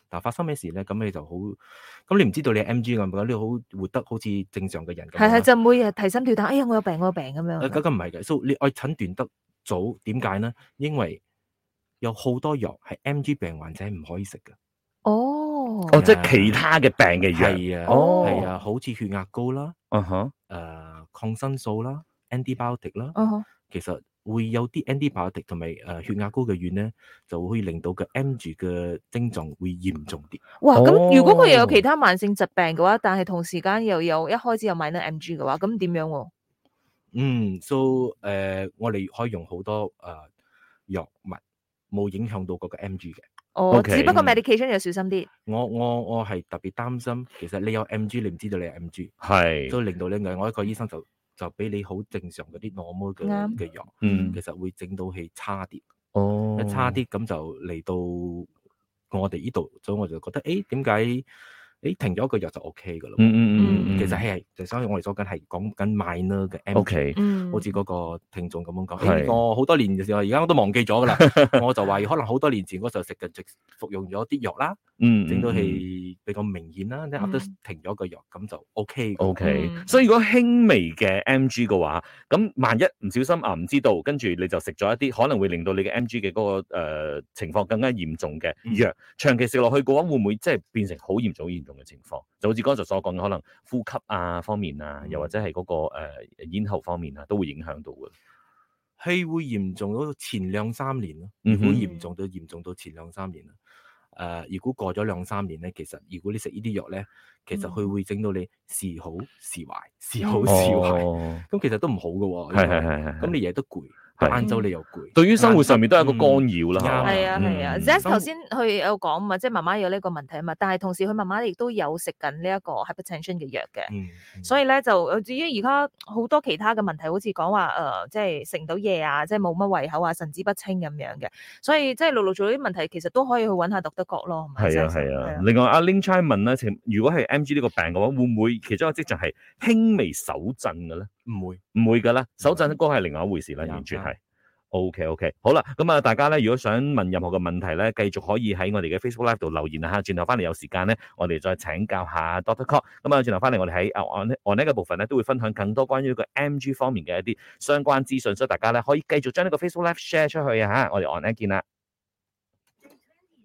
但發生咩事咧？咁你就好，咁你唔知道你係 M G 咁，你好活得好似正常嘅人咁樣係啦。係就每日提心吊膽，哎呀我有病我有病咁誒，咁樣。咁唔係嘅，所以你愛診斷得早，點解咧？因為有好多藥係 M G 病患者唔可以食嘅，哦，哦，即係其他嘅病嘅藥。啊係啊，哦係啊，好似血壓高啦，啊哈，誒、呃抗生素啦，antibiotic 啦，哦，其實會有啲 antibiotic 同埋誒血壓高嘅丸咧，就可以令到個 M G 嘅症狀會嚴重啲。哇！哦咁如果佢又有其他慢性疾病嘅話，但係同時間又有一開始又買呢 MG 嘅話，咁點樣喎？嗯，so 誒、我哋可以用好多誒、藥物冇影響到嗰個 M G 嘅。哦， OK 只不過嗯 medication 要小心啲。我我我係特別擔心，其實你有 M G，你唔知道你有 M G。係，所以令到你我一個醫生就就俾你好正常嗰啲 normal 嘅啱嘅藥，嗯其，實會整到氣差啲，哦一呃差啲咁就嚟到我哋呢度，所以我就覺得誒點解誒停咗一個藥就 O K 噶啦嗯，嗯嗯嗯，其實係就所以我哋所緊係講緊 minor 嘅 M O。K。嗯，好似嗰個聽眾咁樣講，係誒我好多年嘅時候，而家我都忘記咗㗎啦。 我就話可能好多年前嗰時候食嘅，直服用咗啲藥啦，嗯，整到氣比較明顯啦，即係嗯 after 停咗個藥咁就 O K。 O K，嗯所以如果輕微嘅 M G 嘅話，咁萬一唔小心啊唔知道，跟住你就食咗一啲可能會令到你嘅 M G 嘅嗰、個、呃、情況更加嚴重嘅嗯藥，長期食落去嘅話，會唔會即係變成好嚴重、好嚴重嘅情況？就好似剛才所講嘅，可能呼吸啊方面啊，嗯又或者係嗰、個、呃、咽喉方面啊，都會影響到嘅。係會嚴重到前兩三年咯，嗯如果哼嚴重到嚴重到前兩三年啦。誒、如果過咗兩三年咧，其實如果你食呢啲藥咧，其實嗯佢會整到你時好時壞，時好時壞，咁、哦，其實都唔好係嘅喎。係因為係係。咁你日日都攰，係晏晝你又攰。對於生活上面都係一個干嗯擾啦，啱係嘛係啊係啊嗯，Zest 生頭活先佢有講嘛，即係媽媽有呢個問題啊嘛，但係同時佢媽媽亦都有食緊呢一個 hypertension 嘅藥嘅。嗯，所以以咧就呃至於而家好多其他嘅問題，好似講話誒，即係食唔到嘢啊，即係冇乜胃口啊，神志不清咁樣嘅。所以即係陸陸續續啲問題，其實都可以去揾下讀德國咯。係咪係啊真係啊，另外阿 Ling Chai 問咧，請如果係 M G 呢個病嘅話，會唔會其中一個跡象係輕微手震嘅咧？唔會唔會㗎啦，手震歌係另外一回事啦，啱完全係。O K O K，好啦，咁啊，大家咧，如果想問任何嘅問題咧，繼續可以喺我哋嘅 Facebook Live 度留言啊嚇。轉頭翻嚟有時間咧，我哋再請教下 Doctor Cock。咁啊，轉頭翻嚟，我哋喺啊 on on 呢個部分咧，都會分享更多關於呢個 M G 方面嘅一啲相關資訊，所以大家咧可以繼續將呢個 Facebook Live share 出去啊嚇。我哋 on 呢見啦。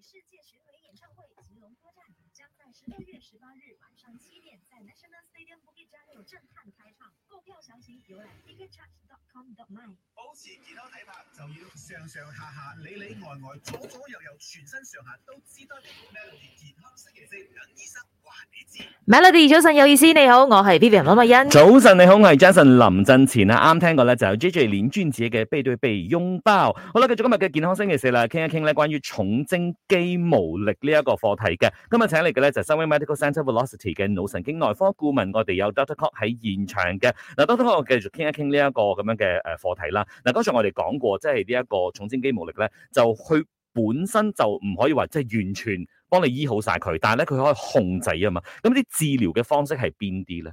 世界巡回演唱会吉隆坡站将在十六月十八日晚上七点在 National Stadium Bukit Jalil 震撼开场。购票详情浏览 ticketcharge.com.my。保持健康體魄，就要上上下下、里里外外、左左右右、全身上下都知多啲。Melody 健康星期四，等醫生話你知。 Melody 早晨有意思，你好，我係 Vivian 林美欣。早晨，你好，我系 Jason 林振前啊，啱聽過咧就有 J J 連專子嘅背對背擁抱。好啦，繼續今日嘅健康星期四啦，傾一傾咧關於重症肌無力呢一個課題嘅。今日請嚟嘅咧就係 Sunway Medical Centre Velocity 嘅腦神經內科顧問，我哋有 Doctor Cock 喺現場嘅。嗱，Doctor Cock，我繼續傾一傾呢一個咁樣嘅誒課題啦。嗱，剛才我哋講過，即係呢一個重症肌無力咧，就佢本身就唔可以話即係完全幫你醫好晒佢，但係咧佢可以控制啊嘛。咁啲治療嘅方式係邊啲咧？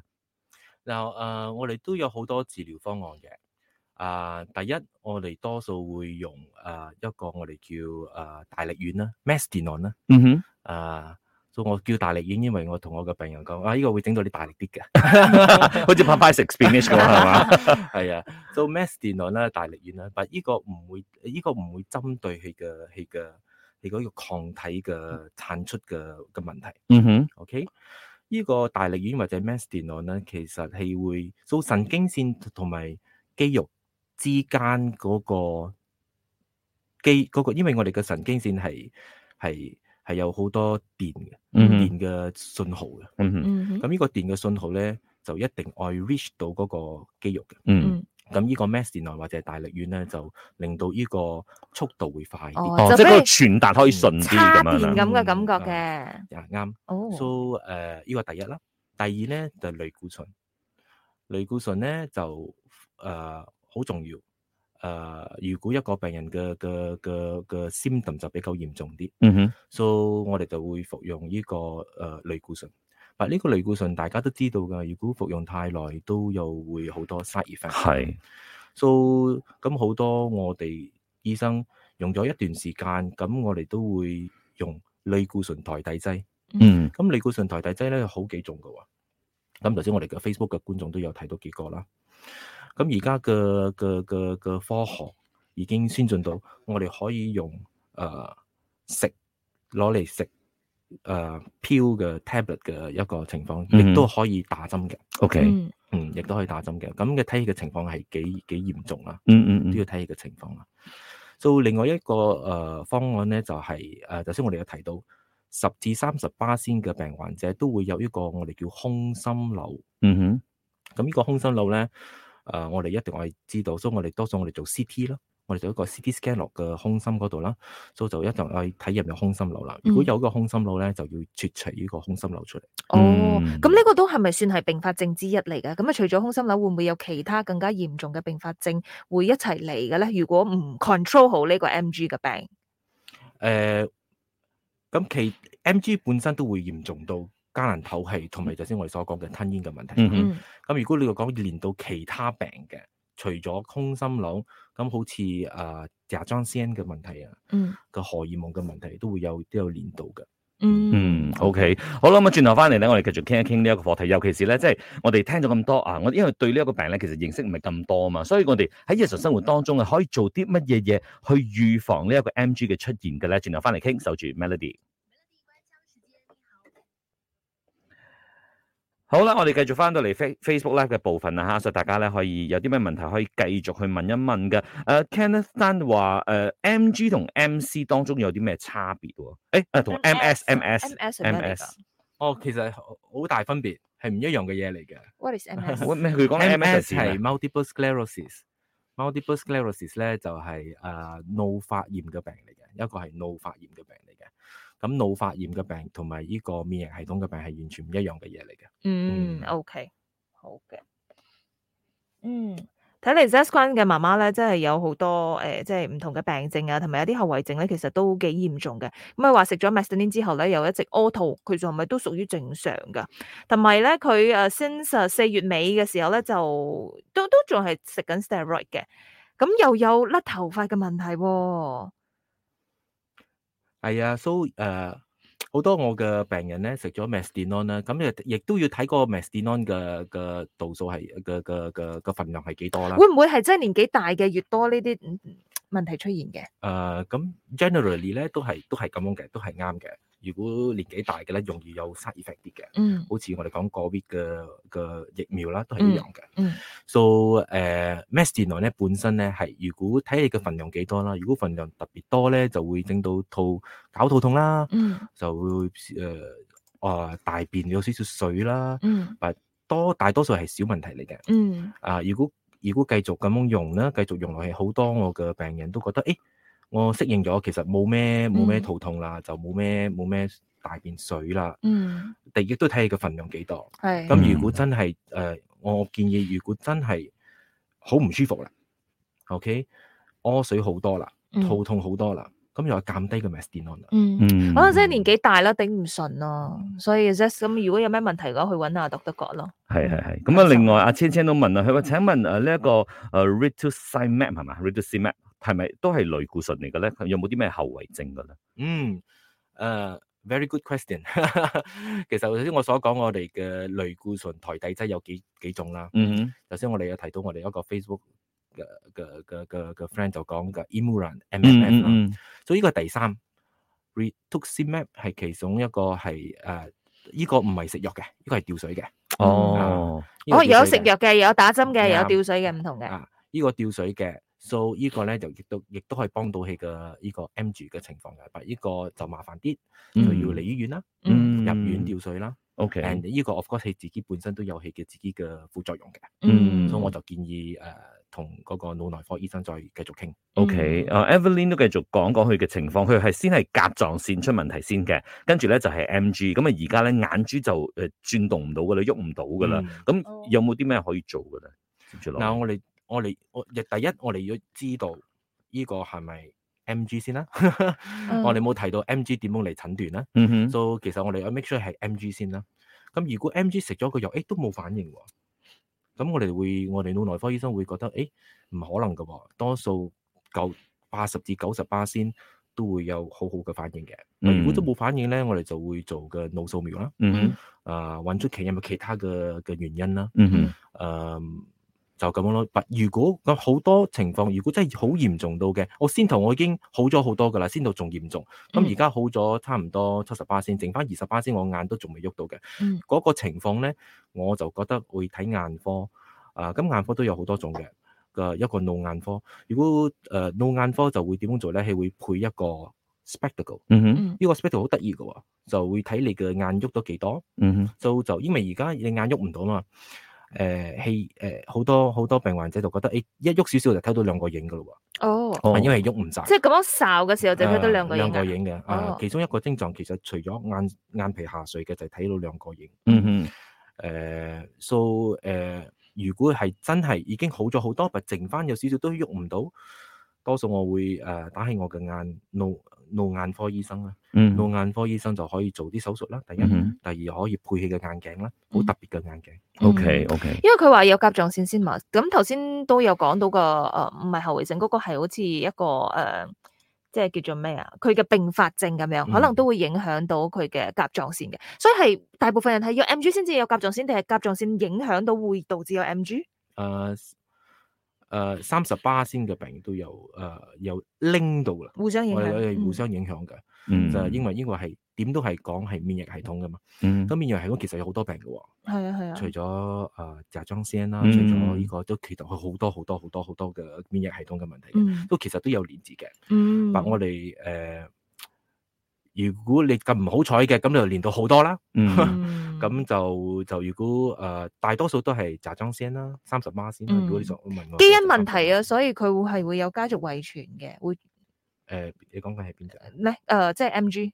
嗱誒、我哋都有好多治療方案嘅。啊、第一我哋多數會用呃誒、一個我哋叫誒、大力丸啦 m a s t i n o n 啦。嗯哼。啊，所以我叫大力丸，因為我同我嘅病人講啊，呢、個會整到你大力啲嘅。 好似拍拍食 spinach 咁係 嘛？係啊，做 mass 電量啦、大力丸啦，但呢個唔會，呢、個唔會針對佢嘅佢嘅你嗰個抗體嘅產出嘅嘅問題。嗯哼， OK，呢個大力丸或者 mass 電量咧，其實係會做神經線同埋肌肉之間嗰、個肌嗰、個，因為我哋嘅神經線係係係有好多電嘅嗯哼電嘅信號嘅。嗯哼，嗯哼咁呢個電嘅信號咧，就一定愛 reach 到嗰個肌肉嘅。嗯。咁呢個 mass 電流或者係大力丸咧，就令到呢個速度會快啲。哦，就即係比嗰個如傳達可以順啲咁差樣啊電啦。咁嘅感覺嘅。啊啱。哦， So 誒、呢個第一啦，第二咧就係類固醇。類固醇咧就誒好、重要。誒、呃如果一個病人嘅嘅嘅嘅 symptom 就比較嚴重啲，嗯哼， so 我哋就會服用呢、個誒、類固醇。但呢個類固醇大家都知道㗎，如果服用太耐都有會好多 side effect。係， So 咁好多我哋醫生用咗一段時間，咁我哋都會用類固醇代替劑。嗯咁類固醇代替劑咧有好幾種嘅喎。咁頭先我哋嘅 Facebook 嘅觀眾都有睇到幾個啦。咁而家嘅嘅嘅嘅科學已經先進到我哋可以用誒、呃食攞嚟食誒 pill 嘅 tablet 嘅一個情況，嗯亦都可以打針嘅。 ，OK，嗯嗯嗯，亦都可以打針嘅。咁嘅睇嘅情況係幾幾嚴重啊啦。嗯都嗯要睇佢嘅情況啦。做另外一個誒、呃方案咧，就係誒頭先我哋有提到十至三十巴仙嘅病患者都會有一個我哋叫空心瘤。嗯哼，咁呢個空心瘤咧，誒、我哋一定我哋知道，所以我哋多數我哋做 CT 啦，我哋做一個 CT scan 落嘅胸心嗰度啦，所以就一定我哋睇入面空心瘤啦。如果嗯有個空心瘤咧，就要切除呢個空心瘤出嚟。哦，嗯咁呢個都係咪算係併發症之一嚟嘅？咁啊，除咗空心瘤，會唔會有其他更加嚴重嘅併發症會一齊嚟嘅咧？如果唔 control 好呢個 MG 嘅病，誒、呃咁其 MG 本身都會嚴重到加難透氣，同埋頭先我哋所講嘅吞咽嘅問題。嗯哼嗯咁如果你又講連到其他病嘅，除咗空心瘤，咁好似誒甲狀腺嘅問題啊，嗯個荷爾蒙嘅問題都會有都有連到嘅。嗯嗯，OK，好啦，咁啊，轉頭翻嚟咧，我哋繼續傾一傾呢一個課題，尤其是咧，即係我哋聽咗咁多啊，我因為對呢一個病咧，其實認識唔係咁多啊嘛，所以我哋喺日常生活當中啊，可以做啲乜嘢嘢去預防呢一個 MG 嘅出現嘅咧？轉頭翻嚟傾，守住 Melody。好啦，我哋繼續翻到嚟 Face Facebook Live 嘅部分啦吓，所以大家咧可以有啲咩問題可以繼續去問一問嘅。誒、Kenneth Tan 話誒 MG 同 MC 當中有啲咩差別喎？誒誒同 MS MS MS 係咩嚟㗎哦，其實好好大分別，係唔一樣嘅嘢嚟嘅。 ？What is MS？我咩？佢講 MS MS 係係咩啊 multiple sclerosis。multiple sclerosis 咧就係誒腦發炎嘅病嚟嘅，一個係腦發炎嘅病嚟嘅。咁腦發炎嘅病同埋呢個免疫系統嘅病係完全唔一樣嘅嘢嚟嘅。嗯嗯，OK，好嘅。嗯，睇嚟 Zesquan 嘅媽媽咧，真係有好多誒、呃即係唔同嘅病症啊，同埋有啲後遺症咧，其實都幾嚴重嘅。咁啊話食咗 m e s t i n i n 之後咧，又一直屙肚，佢仲係咪都屬於正常噶？同埋咧，佢誒 since 呃四月尾嘅時候咧，就都都仲係食緊 steroid 嘅，咁又有甩頭髮嘅問題喎、啊係啊，so 誒、好多我嘅病人咧食咗 mesdinon 啦，咁亦亦都要睇個 mesdinon 嘅嘅度數係嘅嘅嘅嘅份量係幾多啦。會唔會係真係年紀大嘅越多呢啲嗯問題出現嘅？誒呃咁、generally 咧都係都係咁樣嘅，都係啱嘅。如果年紀大嘅咧，容易有 side effect 啲嘅，嗯好似我哋講個 w 嘅嘅疫苗啦，都係一樣嘅。嗯嗯 so 誒、mesdinon 咧本身咧係，如果睇你嘅份量幾多啦，如果份量特別多咧，就會整到肚搞肚痛啦。嗯就會誒啊、大便有少少水啦，嗯多大多數係小問題嚟嘅。嗯啊、如果如果繼續咁樣用啦，繼續用落去，好多我嘅病人都覺得，誒、我適應咗，其實冇咩冇咩嗯肚痛啦，就冇咩冇咩大便水啦。嗯，第亦都睇你嘅份量幾多。係、咁如果真係誒、我建議如果真係好唔舒服啦，OK，屙水好多啦，嗯肚痛好多啦，咁又係減低個 mestinon 啦。嗯，嗯可能真係年紀大啦，頂唔順咯，嗯所以 just 咁，如果有咩問題嘅話，去揾下 d 德國咯。係係係。咁啊，另外阿千千都問啦，啊佢話請問誒呢一個誒 r i t u s i m a p 係嘛 r i t u s i m a p 係咪都係類固醇嚟嘅咧？有冇啲咩後遺症嘅咧？嗯，誒、ờ, very good question 。其實頭先我所講，我哋嘅類固醇台底劑有幾幾種啦。嗯頭先我哋有提到我哋一個 Facebook ờ, 嘅嘅嘅嘅嘅 friend 就講嘅 Imuran 哼嗯 MMF 嗯啦。嗯所以呢個係第三 rituximab 係其中一個係誒，依個唔係食藥嘅，呢個係吊水嘅。哦，呢個哦，吊有水食嘅嗯藥嘅，有打針嘅，有啱吊水嘅，唔同嘅。啊，呢、個吊水嘅，so 呢個咧就亦都亦都可以幫到佢嘅呢個 M 住嘅情況嘅，但呢個就麻煩啲，就嗯要嚟醫院啦，嗯入院吊水啦，OK， ，and 呢個 of course 佢自己本身都有佢嘅自己嘅副作用嘅，嗯所以我就建議誒同嗰個腦內科醫生再繼續傾。 OK，啊 Evelyn 都繼續講講佢嘅情況，佢係先係甲狀腺出問題先嘅，跟住咧就係 MG，咁啊而家咧眼珠就誒轉動唔到噶啦，喐唔到噶啦，嗯咁、哦有冇啲咩可以做噶咧？接住落嚟嗱、我哋我哋我第一我哋要知道呢個係咪 M G 先啦， 嗯我哋冇提到 M G 點樣嚟診斷啦。嗯哼，所以其實我哋要啊 make sure 係 MG 先啦。咁如果 MG 食咗個藥，誒都冇反應喎，咁我哋會我哋腦內科醫生會覺得誒唔可能嘅喎，多數九八十至九十八先都會有好好嘅反應嘅。如果都冇反應咧，我哋就會做嘅腦掃描啦，嗯哼，啊揾出其有冇其他嘅嘅原因啦，嗯哼，誒、就咁樣咯。但如果咁好多情況，如果真係好嚴重到嘅，我先頭我已經好咗好多㗎啦，先頭仲嚴重。嗯咁而家好咗差唔多七十八先，剩翻二十八先，我眼都仲未喐到嘅。嗯嗰、個情況咧，我就覺得會睇眼科。啊、咁眼科都有好多種嘅。嘅一個腦眼科，如果誒、呃、腦眼科就會點樣做咧？係會配一個 spectacle，嗯哼，呢個 spectacle 好得意嘅喎，就會睇你嘅眼喐到幾多，Ừ. 嗯哼，就就因為而家你眼喐唔到嘛，誒係誒好多好多病患者就覺得誒、欸一喐少少就睇到兩個影嘅咯哦，喎，哦係因為喐唔晒。即係咁樣哨嘅時候就睇到啊兩個兩個影啊。影嘅。啊哦，其中一個症狀其實除咗眼眼皮下垂嘅，就係睇到兩個影。Ừ. 嗯哼，誒，so 誒，如果係真係已經好咗好多，但剩翻有少少都喐唔到，多數我會誒、呃打起我嘅眼腦腦眼科醫生啦，嗯腦哼，眼科醫生就可以做啲手術啦。第一，嗯哼第二可以配佢嘅眼鏡啦，好嗯特別嘅眼鏡。Ừ. ，OK OK，因為佢話有甲狀腺先嘛，咁頭先都有講到個誒，唔係後遺症，嗰、個係好似一個誒、呃即係叫做咩啊？佢嘅並發症咁嗯樣，可能都會影響到佢嘅甲狀腺嘅，所以係大部分人係要 M G 先至有甲狀腺，定係甲狀腺影響到會導致有 M G？誒誒呃三十巴仙嘅病都有誒、呃有拎到啦，互相影嗯我哋我響，哋互相影響嘅。嗯，就係因為英國係點都係講係免疫系統噶嘛。嗯咁免疫系統其實有好多病嘅喎，係啊係啊，除咗誒甲狀腺啦，嗯除咗呢個都其實佢好多好多好多好多嘅免疫系統嘅問題嘅，嗯都其實都有連接嘅。嗯，但我哋誒，如果你咁唔好彩嘅，咁就連到好多啦。 嗯嗯咁就就如果誒大多數都係甲狀腺啦，三十孖先啦。嗯如果你想問我 基因問題啊，誒、所以佢會係會有家族遺傳嘅，會呃你講緊係邊隻咧誒、呃即係 M G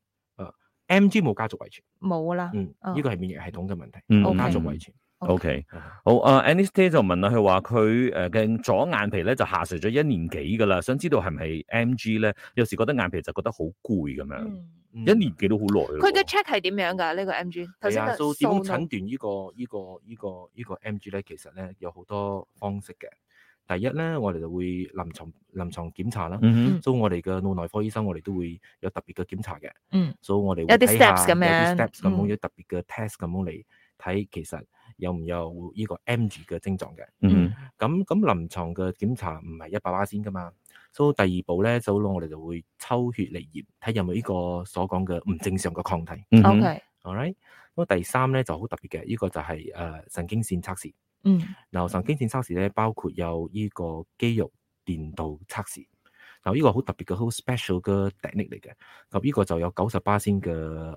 ？M G 冇家族遺傳，冇啦，嗯，哦呢個係免疫系統嘅問題，嗯冇家族 OK 遺傳。 ，OK。Ờ. ờ, 啊好啊 a n i s t a 就問啦，佢話佢 ờ, 誒嘅左眼皮咧就下垂咗一年幾噶啦，想知道係咪 MG 咧？有時覺得眼皮就覺得好攰咁樣，嗯一年幾都好耐咯喎佢嘅 check 係點樣㗎？呢、個 M G 頭係先就啊，所以點樣數到診斷呢個呢個呢個呢個 MG 咧？其實咧有好多方式嘅。第一咧，我哋就會臨床臨床檢查啦。嗯所以我哋嘅腦內科醫生，我哋都會有特別嘅檢查嘅。嗯，所以我哋有有啲 steps 咁樣有啲 steps 咁樣，嗯有特別嘅 test 咁樣嚟睇，其實有唔有呢個 MG 嘅症狀嘅。嗯咁咁臨床嘅檢查唔係一百巴先噶嘛，所以第二步咧，就我哋就會抽血嚟驗，睇有冇呢個所講嘅唔正常嘅抗體。嗯 O 哼 K， All right，咁第三咧就好特別嘅，呢、個就係、誒、神經線測試。嗯嗱，神經線測試咧包括有呢個肌肉電導測試。嗱，呢個好特別嘅，好 special 嘅 technique 嚟嘅。咁呢個就有九十巴仙嘅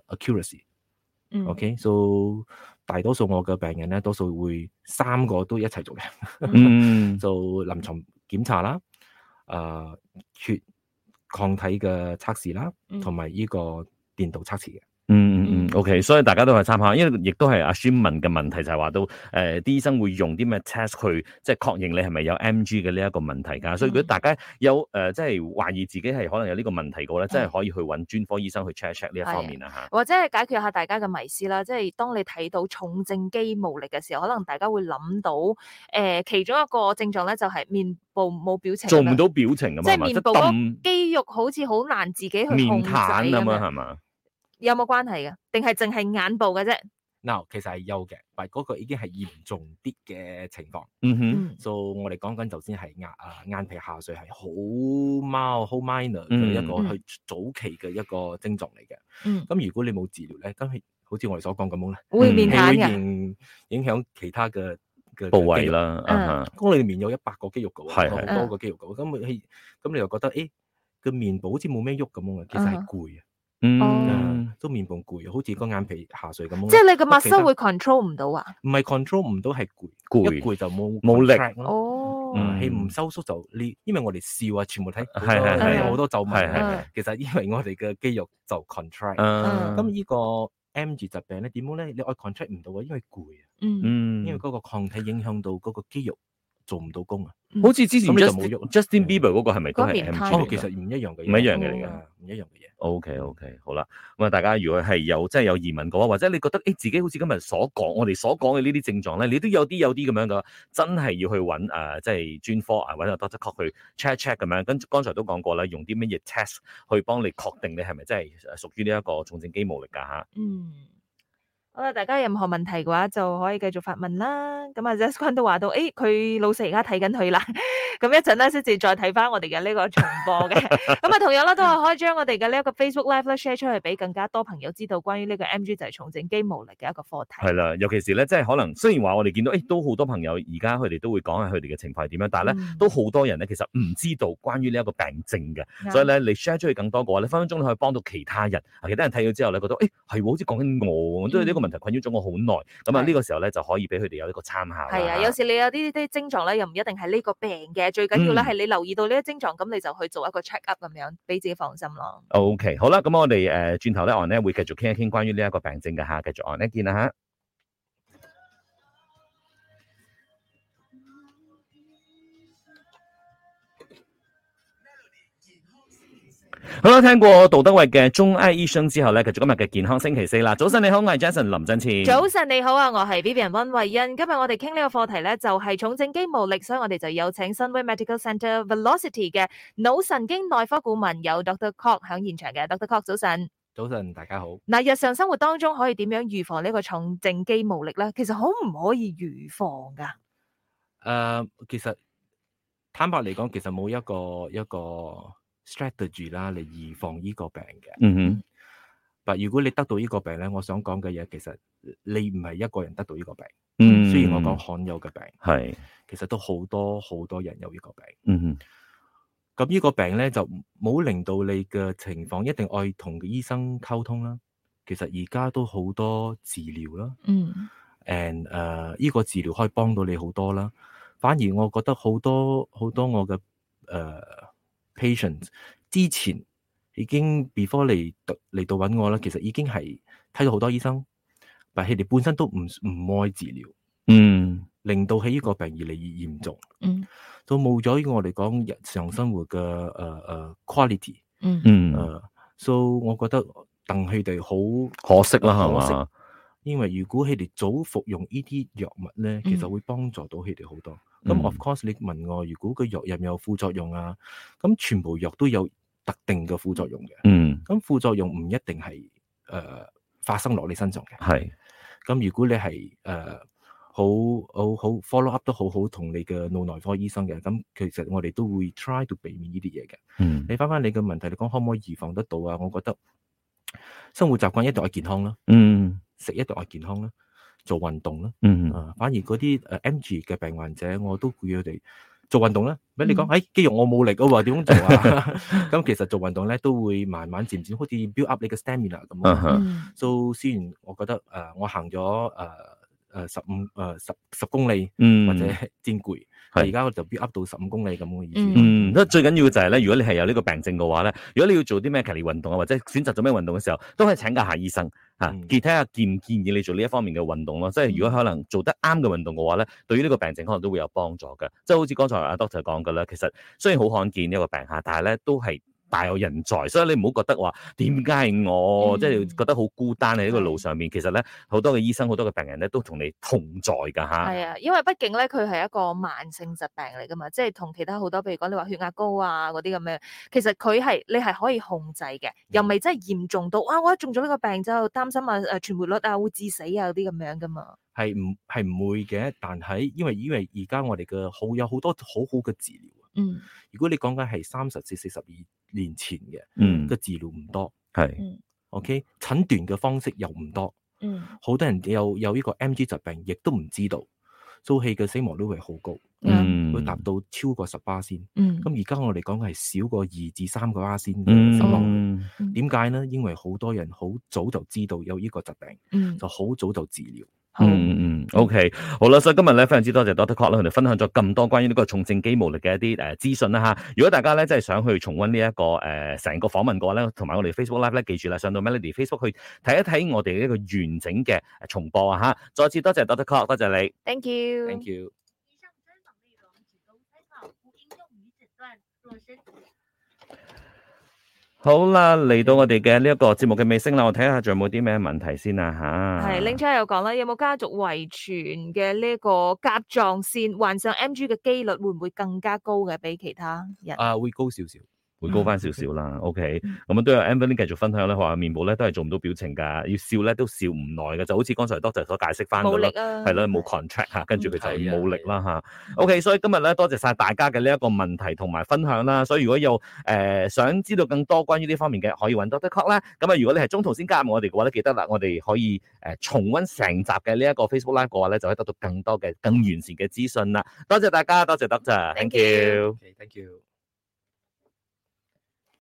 accuracy。嗯 OK，so、大多數我嘅病人咧，多數會三個都一齊做嘅。嗯做臨床檢查啦，誒、血抗體嘅測試啦，嗯同埋呢個電導測試嘅。嗯嗯嗯，OK，所以大家都係參考，因為亦都係阿孫問嘅問題就係話到誒啲醫生會用啲咩 test 去即係確認你係咪有 MG 嘅呢一個問題㗎，所以如果大家有誒即係懷疑自己係可能有呢個問題嘅話咧，真係可以去揾專科醫生去 check check 呢一方面啦嚇。或者係啊解決下大家嘅迷思啦，即係當你睇到重症肌無力嘅時候，可能大家會諗到誒、呃其中一個症狀咧就係面部冇表情，啊做唔，到表情咁即啊係嘛，面即部係嗰揼肌肉好似好難自己去面控制癱咁咁樣樣。啊係嘛？有冇關係嘅？定係淨係眼部嘅啫？嗱，其實係有嘅，但係嗰個已經係嚴重啲嘅情況。嗯哼，嗯，所以我哋講緊頭先係眼啊眼皮下垂係好貓好 minor 嘅嗯一個嗯去早期嘅一個症狀嚟嘅。嗯咁如果你冇治療咧，咁係好似我哋所講咁樣咧，會面嗯癱係會嘅，影影響其他嘅嘅部位。嘅肌肉啦，嗯啊哈，咁我哋面有一百個肌肉嘅係係喎，有好多個肌肉嘅喎，咁佢咁你又覺得誒個面部好似冇咩喐咁樣嘅，其實嗯係攰啊嗯哦啊，都面部攰，好似個眼皮下垂咁樣。即係你個脈其他收會 control 唔到啊？唔係 control 唔到係攰，攰，一攰就冇冇力 contract 咯。哦，嗯啊氣唔收縮就呢，因為我哋笑啊，全部睇好係係多係好多皺紋係係啊。係其實因為我哋嘅肌肉就 contract，啊，咁呢個 M 字疾病咧點樣咧？你愛 contract 唔到啊，因為攰啊，嗯，嗯因為嗰個抗體影響到嗰個肌肉做唔到工啊。好似之前咁你就冇 Justin 喐啦 Justin Bieber 嗰個係咪都嗰係面 M 癱 G 係哦嚟，其實㗎唔一樣嘅嘢，唔一樣嘅嚟嘅啊，唔一樣嘅嘢。 O K O K，好啦，咁啊，大家如果係有真係有疑問嘅話，或者你覺得誒自己好似今日所講，我哋所講嘅呢啲症狀咧，你都有啲有啲咁樣嘅，真係要去揾誒、呃即係專科啊，揾阿 Doctor Cock 去 check check 咁樣。跟住剛才都講過啦，用啲乜嘢 test 去幫你確定你係咪真係呃屬於呢一個重症肌無力㗎啊嚇。嗯，好啦，大家有任何問題嘅話就可以繼續發問啦。咁啊 j a s n 都話到，誒，佢老細而家睇緊佢啦。 咁一陣咧先至再睇翻我哋嘅呢個重 播嘅。咁啊，同樣啦，都係可以將我哋嘅呢一個 Facebook Live 咧 share 出去，俾更加多朋友知道關於呢個 MG 就係重症肌無力嘅一個課題。係啦，尤其是咧，即係可能雖然話我哋見到，誒、都好多朋友而家佢哋都會講下佢哋嘅情況係點樣，但係咧、嗯都好多人咧其實唔知道關於呢一個病症嘅。啱所以咧，你 share 出去更多嘅話咧，分分鐘你可以幫到其他人。啊，其他人睇咗之後咧，覺得誒係喎，好似講緊我喎，我都係呢個問題困擾咗我好耐。咁啊，嗯係呢個時候咧就可以俾佢哋有一個參考啦。係啊，有時你有啲啲症狀咧，又唔一定係呢個病嘅，最緊要咧嗯係你留意到呢啲症狀，咁你就去做一個 check up 咁樣，俾自己放心咯。 OK，好啦，咁我哋誒轉頭咧，我咧會繼續傾一傾關於呢一個病症嘅嚇，繼續我咧見啦嚇。好啦，聽過杜德偉嘅《中醫醫生》之後咧，繼續今日嘅健康星期四啦。早晨你好，我係 Jason 林振前。早晨你好啊，我係 Vivian 温慧欣。今日我哋傾呢個課題咧，就係重症肌無力，所以我哋就有請新威 Medical Center Velocity 嘅腦神經內科顧問有 Dr. Cock 響現場嘅，Dr. Cock 早晨。早晨，大家好。嗱，日常生活當中可以點樣預防呢個重症肌無力咧？其實可唔可以預防噶？誒、其實坦白嚟講，其實冇一個一個 strategy 啦嚟預防呢個病嘅。嗯哼，但如果你得到呢個病咧，我想講嘅嘢其實呃你唔係一個人得到呢個病。嗯，雖然我講罕有嘅病，係，其實都好多好多人有呢個病。嗯哼，咁呢個病咧就冇令到你嘅情況一定愛同醫生溝通啦。其實而家都好多治療啦。嗯 and 誒、呢個治療可以幫到你好多啦。反而我覺得好多好多我嘅誒、patient 之前已經 before 嚟到嚟到揾我啦，其實已經係睇到好多醫生，但係佢哋本身都唔唔愛治療，嗯，令到喺呢個病越嚟越嚴重，嗯都冇咗呢個我哋講日常生活嘅誒誒 quality 嗯嗯，誒、s o 我覺得等佢哋好可惜啦，係可惜嘛？因為如果佢哋早服用呢啲藥物咧，其實嗯會幫助到佢哋好多。嗯咁、of course 你問我，如果個藥入面有副作用啊，咁全部藥都有特定嘅副作用嘅。嗯，咁副作用唔一定係誒、呃發生落你身上嘅。係，咁如果你係誒、呃好好好 follow up 得好好同你嘅腦內科醫生嘅，咁其實我哋都會 try to 避免呢啲嘢嘅。嗯，你翻翻你嘅問題，你講可唔可以預防得到啊？我覺得生活習慣一定係健康啦。嗯，食一定係健康啦，做運動啦。嗯，啊，反而嗰啲誒 M G 嘅病患者，我都叫佢哋做運動啦。俾你講，嗯誒、肌肉我冇力啊喎，點樣 做啊？咁其實做運動咧，都會慢慢漸漸好似 build up 你嘅 stamina 咁啊咯。哈，嗯 So 雖然我覺得誒、呃我行咗誒誒十五誒十十公里嗯，或者 煎攰，但而家我就 build up 到十五公里咁嘅意思。嗯，咁最緊要就係咧，如果你係有呢個病症嘅話咧，如果你要做啲咩劇烈運動啊，或者選擇做咩運動嘅時候，都可以請教下醫生嚇，嗯見睇下建唔建議你做呢一方面嘅運動咯。即係如果可能做得啱嘅運動嘅話咧，對於呢個病症可能都會有幫助嘅。即係好似剛才阿 Doctor 講嘅啦，其實雖然好罕見呢個病嚇，但係咧都係大有人在，所以你唔好覺得話點解係我，嗯即係覺得好孤單喺呢個係路上面。其實咧，好多嘅醫生、好多嘅病人咧都同你同在㗎吓。係啊，因為畢竟咧，佢係一個慢性疾病嚟噶嘛，即係同其他好多，譬如講你話血壓高啊嗰啲咁樣，其實佢係你係可以控制嘅，又未真係嚴重到啊！我一中咗呢個病就擔心啊誒存活率啊會致死啊嗰啲咁樣噶嘛。係唔係唔會嘅，但係因為因為而家我哋嘅好有好多好好嘅治療啊。嗯，如果你講緊係三十至四十二年前嘅嗯嘅，治療唔多係，OK，診斷嘅方式又唔多，嗯，好多人有有呢個 MG 疾病，亦都唔知道，早氣嘅死亡率會好高，嗯，會達到超過十巴仙。嗯咁而家我哋講嘅係少過二至三個巴仙嘅死亡率。嗯點解呢？因為好多人好早就知道有呢個疾病，嗯，就好早就治療。好，嗯嗯嗯，OK，好啦，所以今日咧非常之多謝 Doctor Cock 啦，佢哋分享咗咁多關於呢個重症肌無力嘅一啲誒資訊啦吓。如果大家咧真係想去重温呢一個誒成、個訪問嘅話咧，同埋我哋 Facebook Live 咧，記住啦，上到 Melody Facebook 去睇一睇我哋呢個完整嘅重播啊吓。再次多謝 Doctor Cock，多謝你。 ，thank 嗯 you。 Thank you。以上专访内容仅供参考，不应用于诊断。若身体好啦，嚟到我哋嘅呢一個節目嘅尾聲啦，我睇下仲有冇啲咩問題先啊吓。係，Ling Cha 又講啦，有冇家族遺傳嘅呢一個甲狀腺患上 MG 嘅機率會唔會更加高嘅比其他人？啊，會高少少。回高翻少少啦，OK，嗯咁啊都有 Anthony 繼續分享咧，佢話面部咧都係做唔到表情㗎，要笑咧都笑唔耐嘅，就好似剛才 Doctor 所解釋翻冇嘅力咯，啊，係啦，冇 contract 嚇，跟住佢嗯係就啊冇力啦嚇。OK，所以今日咧多謝晒大家嘅呢一個問題同埋分享啦，所以如果有誒、呃想知道更多關於呢方面嘅，可以揾 Doctor Cock 啦。咁啊，如果你係中途先加入我哋嘅話咧，記得啦，我哋可以誒、呃重温成集嘅呢一個 Facebook Live 嘅話咧，就可以得到更多嘅更完善嘅資訊啦。多謝大家，多謝 Doctor，thank Thank you you。 Okay, thank you。